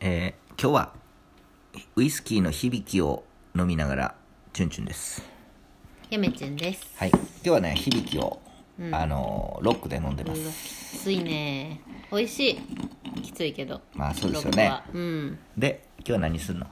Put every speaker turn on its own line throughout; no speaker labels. えー今日はウイスキーの響きを飲みながらチュンチュンです
やめちゅんです。
はい今日はね響きを、あのーロックで飲んでます
きついね。美味しい。きついけど。
まあそうですよね
ロックはうん。
で今日は何するの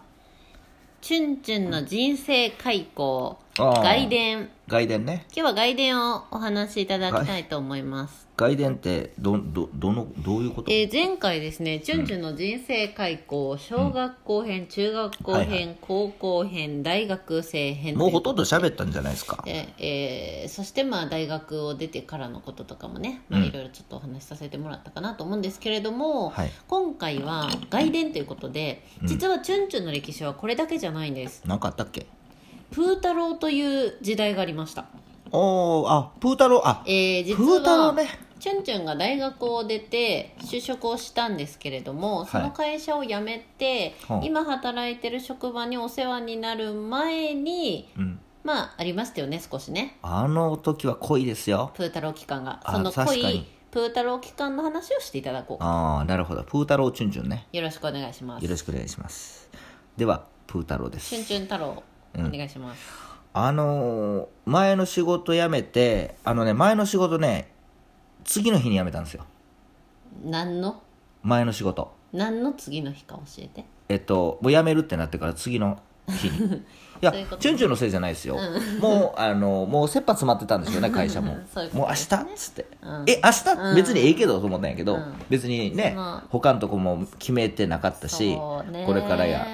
チュンチュンの人生開講、
あー
外伝。
外伝ね
今日は外伝をお話しいただきたいと思います。
外伝ってどどどのどういうこと、
えー前回ですね、チュンチュンの人生開講、小学校編、中学校編、
はいは
高校編、大学生編
もうほとんど喋ったんじゃないですか
で、えーそしてまあ大学を出てからのこととかもね、まあ、いろいろちょっとお話しさせてもらったかなと思うんですけれども、
はい
今回は外伝ということで実はチュンチュンの歴史はこれだけじゃないんです、
何かあったっけ
プータローという時代がありました、
おーあプータローあ
えー、実
プータロー
は、
ね
チュンチュンが大学を出て就職をしたんですけれどもその会社を辞めて、
はあ
今働いてる職場にお世話になる前に
うん
まあありましたよね少しね
あの時は濃いですよ
プータロー期間が
あ
その濃
確か
い
に
プータロー期間の話をしていただこ
ああなるほどプータローチュンチュンね
うよろしくお願いします
よろしくお願いしますではプータローで
チ
す
ュンチュン太郎お願いします、
あのー前の仕事辞めてあのね前の仕事ね次の日に辞めたんですよ
何の
前の仕事
何の次の日か教えて
えっともう辞めるってなってから次の日 にいや
そういうこと
チュンチュンのせいじゃないですよ、もうあのもう切羽詰まってたんですよね会社も
そういうこと
もう明日っつって、
うん
え明日、
うん
別にええけどと思ったんやけど、
うん
別にね
その
他のとこも決めてなかったし
そうね
これからや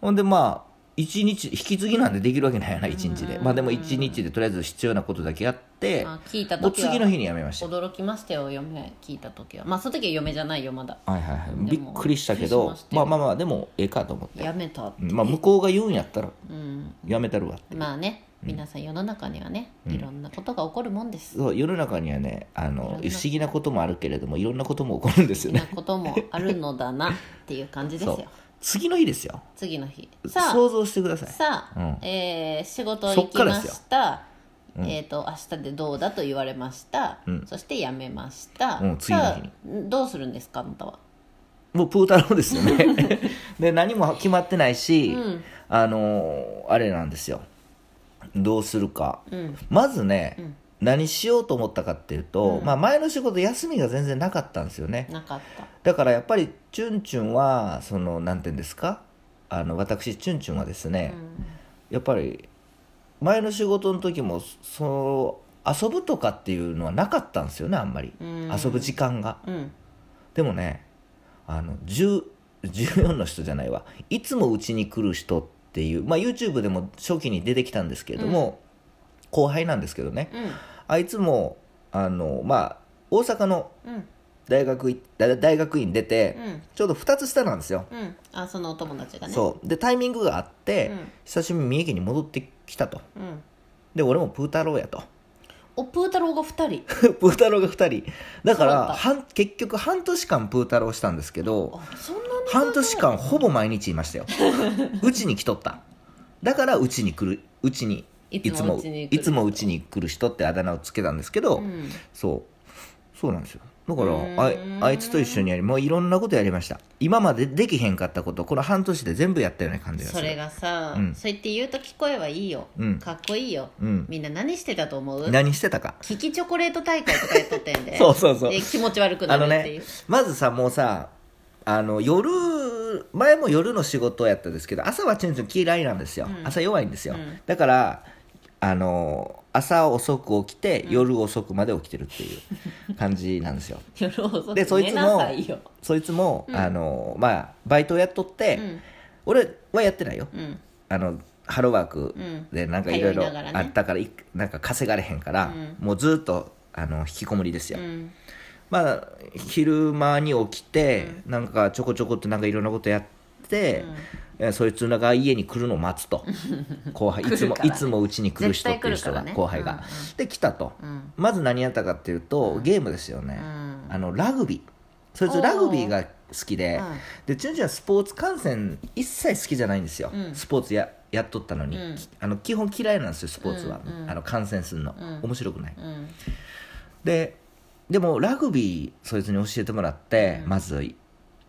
ほんでまあ一日引き継ぎなんでできるわけないやな一日で、まあでも一日でとりあえず必要なことだけやって、
あ聞いた
もう
時は
次の日にやめました
驚きましたよ嫁聞いた時はまあその時は嫁じゃないよまだ
はいはいは
も
いびっくりしたけど
びっくりしました
まあ
よ
まあまあでもええかと思って
やめた
うんまあ向こうが言うんやったら
うん
やめたるわって
まあね皆さん世の中にはね、いろんなことが起こるもんです
そう世の中にはねあ
いろ
の
ん
不
な
思議なこともあるけれどもいろんなことも起こるんですよ
好きな
ね
こともあるのだなっていう感じで す
そ
よ
う次の日ですよ
次の日さあ
想像してください
さあ、
うん
えー仕事
そ
行
っ
き
から
ま
ですよ
した、えっ、と明日でどうだと言われました、
うん
そして辞めました、
うん次の日に
さあどうするんですかあなたは
もうプータローですよ ねで何も決まってないし、
うん
あのあれなんですよどうするか、
うん
まずね、
うん
何しようと思ったかっていうと、
うん
まあ、前の仕事休みが全然なかったんですよね
なかった
だからやっぱりチュンチュンはそのなんていうんですかあの私チュンチュンはですね、やっぱり前の仕事の時もその遊ぶとかっていうのはなかったんですよねあんまり、
うん
遊ぶ時間が
うん
でもねあの10 14の人じゃないわいつもうちに来る人っていう、まあ、YouTube でも初期に出てきたんですけれども、後輩なんですけどね
う
あいつもあのまあ大阪の
んうん
大学い大大学院出て、
うん
ちょうど2つ下なんですよ、
うんあそのお友達がね
そうでタイミングがあって、
うん
久しぶりに三重県に戻ってきたと
うん
で俺もプータローやと
おプー太郎が2人
プータローが2人だか
そうだっ
ら
た
半結局半年間プータローしたんですけど
あそんなに
半年間ほぼ毎日いました ようちに来とっただからうちに来るうちに
いつもうちに来る
いつもうちに来る人ってあだ名をつけたんですけど、
うん
そうそうなんですよだから
うーん
ああいつと一緒にやりもういろんなことやりました今までできへんかったことこの半年で全部やったような感じがす
そ
る
れがさ、
うん
そう言って言うと聞こえはいいよ、
うん
かっこいいよ、
うん
みんな何してたと思う
何してたか
キキチョコレート大会とかやっとったんやで
そうそうそう
で気持ち悪くな
あの
るって
ね
いう、
まずさもうさあの夜前も夜の仕事やったんですけど朝はチュンチュン嫌いなんですよ、朝弱いんですよ、
ん
だからあの朝遅く起きて夜遅くまで起きてるって いう感じなんですよ、
夜遅く
でそい
寝
つ
な
も
さいよ
そいつも、あのまあバイトをやっとって、
ん
俺はやってないよ、
うん
あのハローワークでなんかいろいろ
通いながらね
あったからいなんか稼がれへんから、もうずっとあの引きこもりですよ、
うん
まあ昼間に起きて、なんかちょこちょこっとなんかいろんなことやって、えーそいつらが家に来るのを待つ と後輩いつも
来るからね
いつもうちに来る人っていう人が、
絶対来るからね
後輩が、
うん
で来たと、
うん
まず何やったかっていうとゲームですよね、
ん
あのラグビーそいつラグビーが好きで、
うん
でチュンチュンはスポーツ観戦一切好きじゃないんですよ、
うん
スポーツややっとったのに、
うん
きあの基本嫌いなんですよスポーツは、
うんうん
あの観戦するの、
うん
面白くない
うん
ででもラグビーそいつに教えてもらって、まず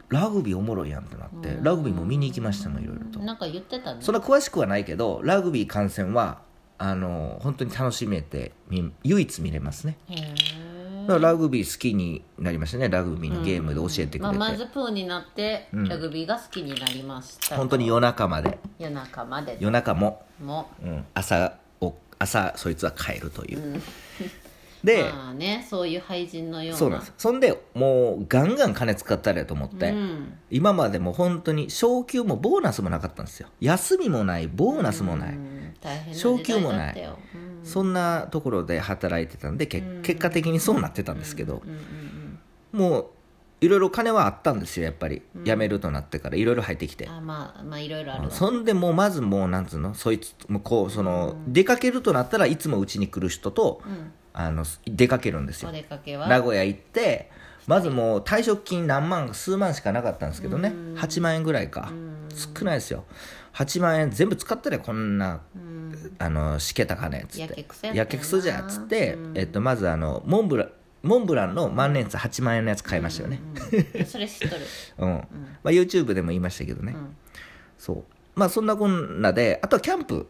ラグビーおもろいやんってなって
うん
ラグビーも見に行きましたもんいろいろと
なんか言ってたね
そんな詳しくはないけどラグビー観戦はあの本当に楽しめてみ唯一見れますね
へー
だからラグビー好きになりましたねラグビーのゲームで教えてくれて、
まあ、まずプーになって
うん
ラグビーが好きになりました、
本当に夜中まで
夜中まで
夜中も、
も
うん、朝を朝そいつは帰るという、で、
まあねそういう廃人のような
そうなんですそんでもうガンガン金使ったれと思って、
うん
今までも本当に昇給もボーナスもなかったんですよ休みもないボーナスもない、
うん大変な
昇
時
給もな
代だ
い
ったよ、うん
そんなところで働いてたんでけ
うん
結果的にそうなってたんですけど
うんうん
もういろいろ金はあったんですよやっぱり辞めるとなってからいろいろ入ってき
う
て
ん、あまあまあいろいろあるわ
そんでもうまずもうなんつうのそいつもうこうその出かけるとなったらいつもうちに来る人と
うん
あの出かけるんですよ
お出かけは
名古屋行ってまずもう退職金何万か数万しかなかったんですけどね8万円ぐらいか少ないですよ8万円全部使ったらこんな
うん
あのしけた金っつっ
やけ
て
くそやったよな
やけくそじゃっつって
うん
えっとまずあのモンブランモンブランの万年筆8万円のやつ買いましたよね
うんそれ知っとる
うんまあ YouTube でも言いましたけどね
ん
そうまあそんなこんなであとはキャンプ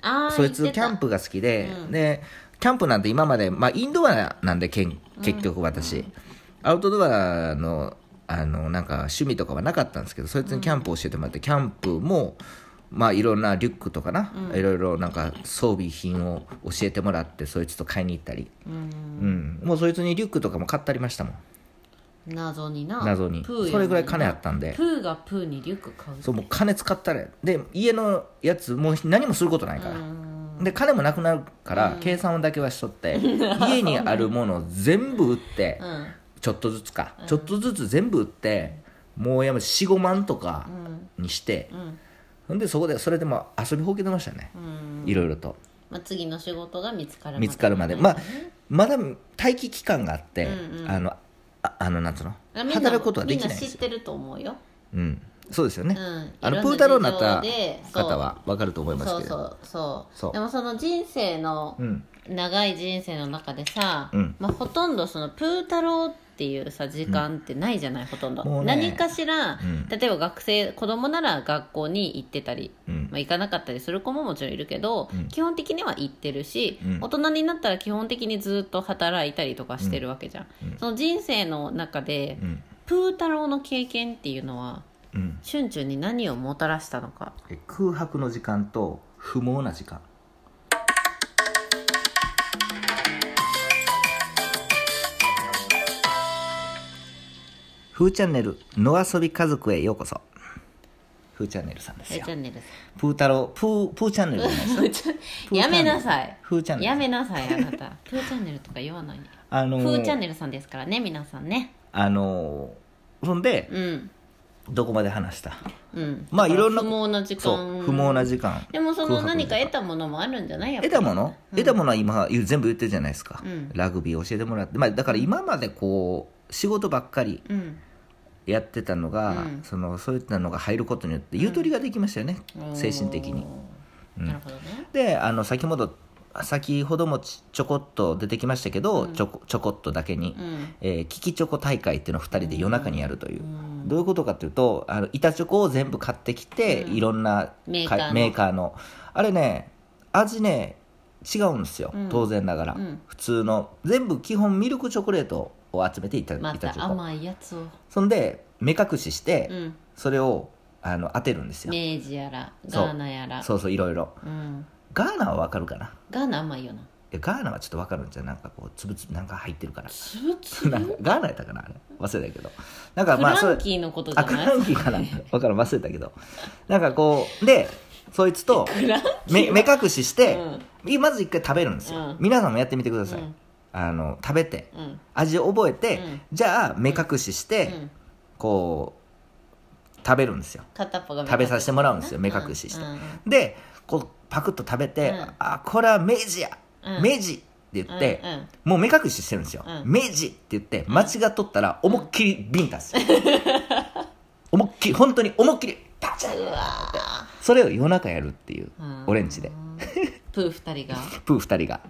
ああ
そいつキャンプが好きで、でキャンプなんて今まで、まあ、インドアなんでけん結局私、アウトドアのあのなんか趣味とかはなかったんですけどそいつにキャンプを教えてもらって、キャンプも、まあ、いろんなリュックとかな、いろいろなんか装備品を教えてもらってそいつと買いに行ったり、
うん
うん、もうそいつにリュックとかも買ったりましたもん
謎にな
謎に
プーやの
それぐらい金あったんで
プーがプーにリュック買う
そうもう金使ったらで家のやつもう何もすることないから、で金もなくなるから計算だけはしと って、家にあるものを全部売って、
うん
ちょっとずつか、ちょっとずつ全部売ってもうやめ45万とかにして、ほんでそこでそれでも遊びほうけてましたね、いろいろと
まあ、次の仕事が見つかるまで
見つかるまでまあまだ待機期間があって、あのああのなんつうの
みんなも
働くことはできないんで
みんな
す
知っ
よ、
てると思うよ、
うん、そうですよね、
うん、
あの
い
プー
ろんな
太郎になった
事情でそう
方は分かると思います
そ
け
う
ど
そうそう
そう
でもその人生の、
ん
長い人生の中でさ、
うん
まあ、ほとんどそのプー太郎っていうさ時間ってないじゃない、ほとんど、
もうね
何かしら、
ん
例えば学生子供なら学校に行ってたり、
うん
まあ、行かなかったりする子ももちろんいるけど、基本的には行ってるし、
うん
大人になったら基本的にずっと働いたりとかしてるわけじゃん、その人生の中で、
ん
プー太郎の経験っていうのは
うん
チュンチュンに何をもたらしたのか
え空白の時間と不毛な時間ふーチャンネル野遊び家族へようこそふーチャンネルさんです
え
よ
チャンネルさん
プー太郎プー プーチャンネルじゃないですプーチャ
や
ンネル
めなさい
プーチャンネル
やめなさいあなたプーチャンネルとか言わないで
あの
プーチャン
ー、
ネルさんですからね皆さんね
あのーそんで
うん
どこまで話した
うん
まあいろんな
不毛な時
そう
間
不毛な時間
でもその
空白
何
時
か
間
得たものもあるんじゃないやっぱ
得
り
たもの、得たものは今言う全部言ってるじゃないですか、
うん
ラグビー教えてもらって、まあ、だから今までこう仕事ばっかり
うん
やってたのが、
うん
そのそういったのが入ることによってゆとりができましたよね、精神的に
おーなるほどね
であの先ほど先ほどもちちょこっと出てきましたけど、ちょこちょこっとだけに、
うん
えーキキチョコ大会っていうのを2人で夜中にやるという、
ん
どういうことかというとあの板チョコを全部買ってきて、いろんな
メーカ
か
ーの
メーカーのあれね味ね違うんですよ、
ん
当然ながら、
うん
普通の全部基本ミルクチョコレートを集めていた,、
ま
板チ
た
ョコ
甘いやつを
そんで目隠しして、
うん
それをあの当てるんですよ、
明治やら
そう
ガーナやら
そうそういろいろ
うん
ガーナはわかるかない
ガーナ甘いよな
やガーナはちょっとわかるんじゃんなんかこうつぶつぶなんか入ってるから
つぶ つ
なんかガーナやったかなあれ忘れたけどなんか
フ
まあそ
ラ
れ
ンキーのことじ
あ
ゃ
ク
ない
ランキーかなわからん忘れたけどなんかこうでそいつとめ目隠しして、まず一回食べるんですよ、
うん
皆さんもやってみてください、
うん
あの食べて、
うん
味を覚えて、
うん
じゃあ目隠しして、
うん
こう食べるんですよ
片っぽが
食べさせてもらうんですよ目隠しして、でこうパクッと食べて、
うん
あこれは明治や、
うん
明治って言って、
うんうん
もう目隠ししてるんですよ、
うん
明治って言って間違っとったら思いっきりビンタする、 思いっきり本当に思いっきりパチャ
う
ー
わー
それを夜中やるっていう、
うん
オレンジで
プー二人が
プー2人が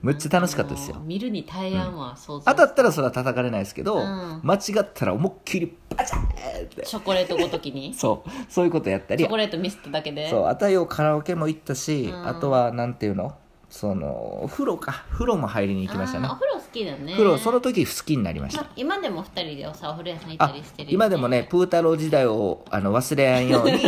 むっちゃ楽しかったです
あ
よ
の見るに耐えやんわ、想像
当たったらそれは叩かれないですけど、
うん
間違ったら思いっきりバチャーって
チョコレートごときにチ
そうそういうことやったり
ョコレートミスっただけで
そうあたよカラオケも行ったし、
うん
あとはなんていうのそのお風呂か風呂も入りに行きましたね
あーお風呂好きだね
風呂その時好きになりました、
ま今でも二人でおさお風呂屋さん行った
あ
りしてるよ
今でもねプー太郎時代をあの忘れんよ うに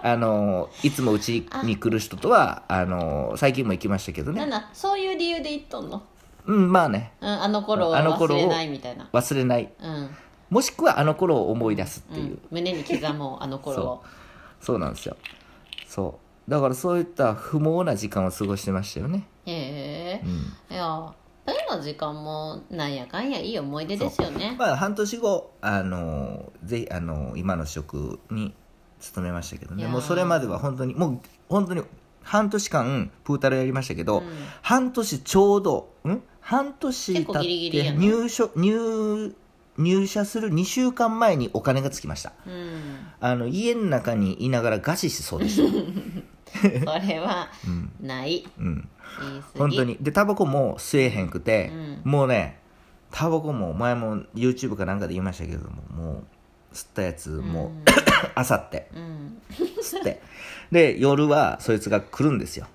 あのいつもうちに来る人とはあの最近も行きましたけど
なん
ね
だそういう理由で行っとんの、
うんまあね
うん、あの頃を
あの
忘
頃を
れないみたいな
忘れない
うん、
もしくはあの頃を思い出すって
う
いう、
ん、胸に刻もうあの頃を
そうなんですよそうだからそういった不毛な時間を過ごしてましたよね、
へえ
うん、
いや二人の時間もなんやかんやいい思い出ですよ ね
まあ半年後あのぜひあの今の職に勤めましたけど
い
ね
やー
もうそれまでは本当にもう本当に半年間プータロやりましたけど、
うん
半年ちょうどん半年
結構
経っ
ギリギリや
て
ね
入所入入社する2週間前にお金がつきました
うん
あの家の中にいながら餓死しそうで した、
それは
うん
ない
うん、
言い過ぎ
本当にでタバコも吸えへんくて、
う
もうねタバコも前も YouTube かなんかで言いましたけれどももう吸ったやつもう、あさって
うん
吸ってで夜はそいつが来るんですよ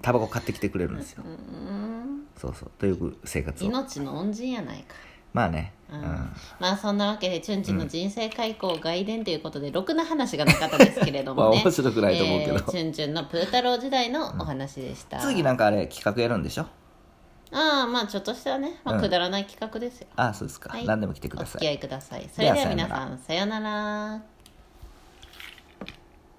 タバコ買ってきてくれるんですよ
うん
そうそうという生活を
命の恩人やないか
まあね、
う
うんん
まあそんなわけでチュンチュンの人生開講外伝ということで、ろくな話がなかったですけれど
まあ
もね
面白くないと思うけど、
えーチュンチュンのプータロー時代のお話でした、
次なんかあれ企画やるんでしょ
ああまあちょっとしたね、まあ、
うん
くだらない企画ですよ、
ああそうですか、
はい
何でも来てく
お
ださ
付
い
き合いくださいそれでは
では
皆
さよなら
さんさよなら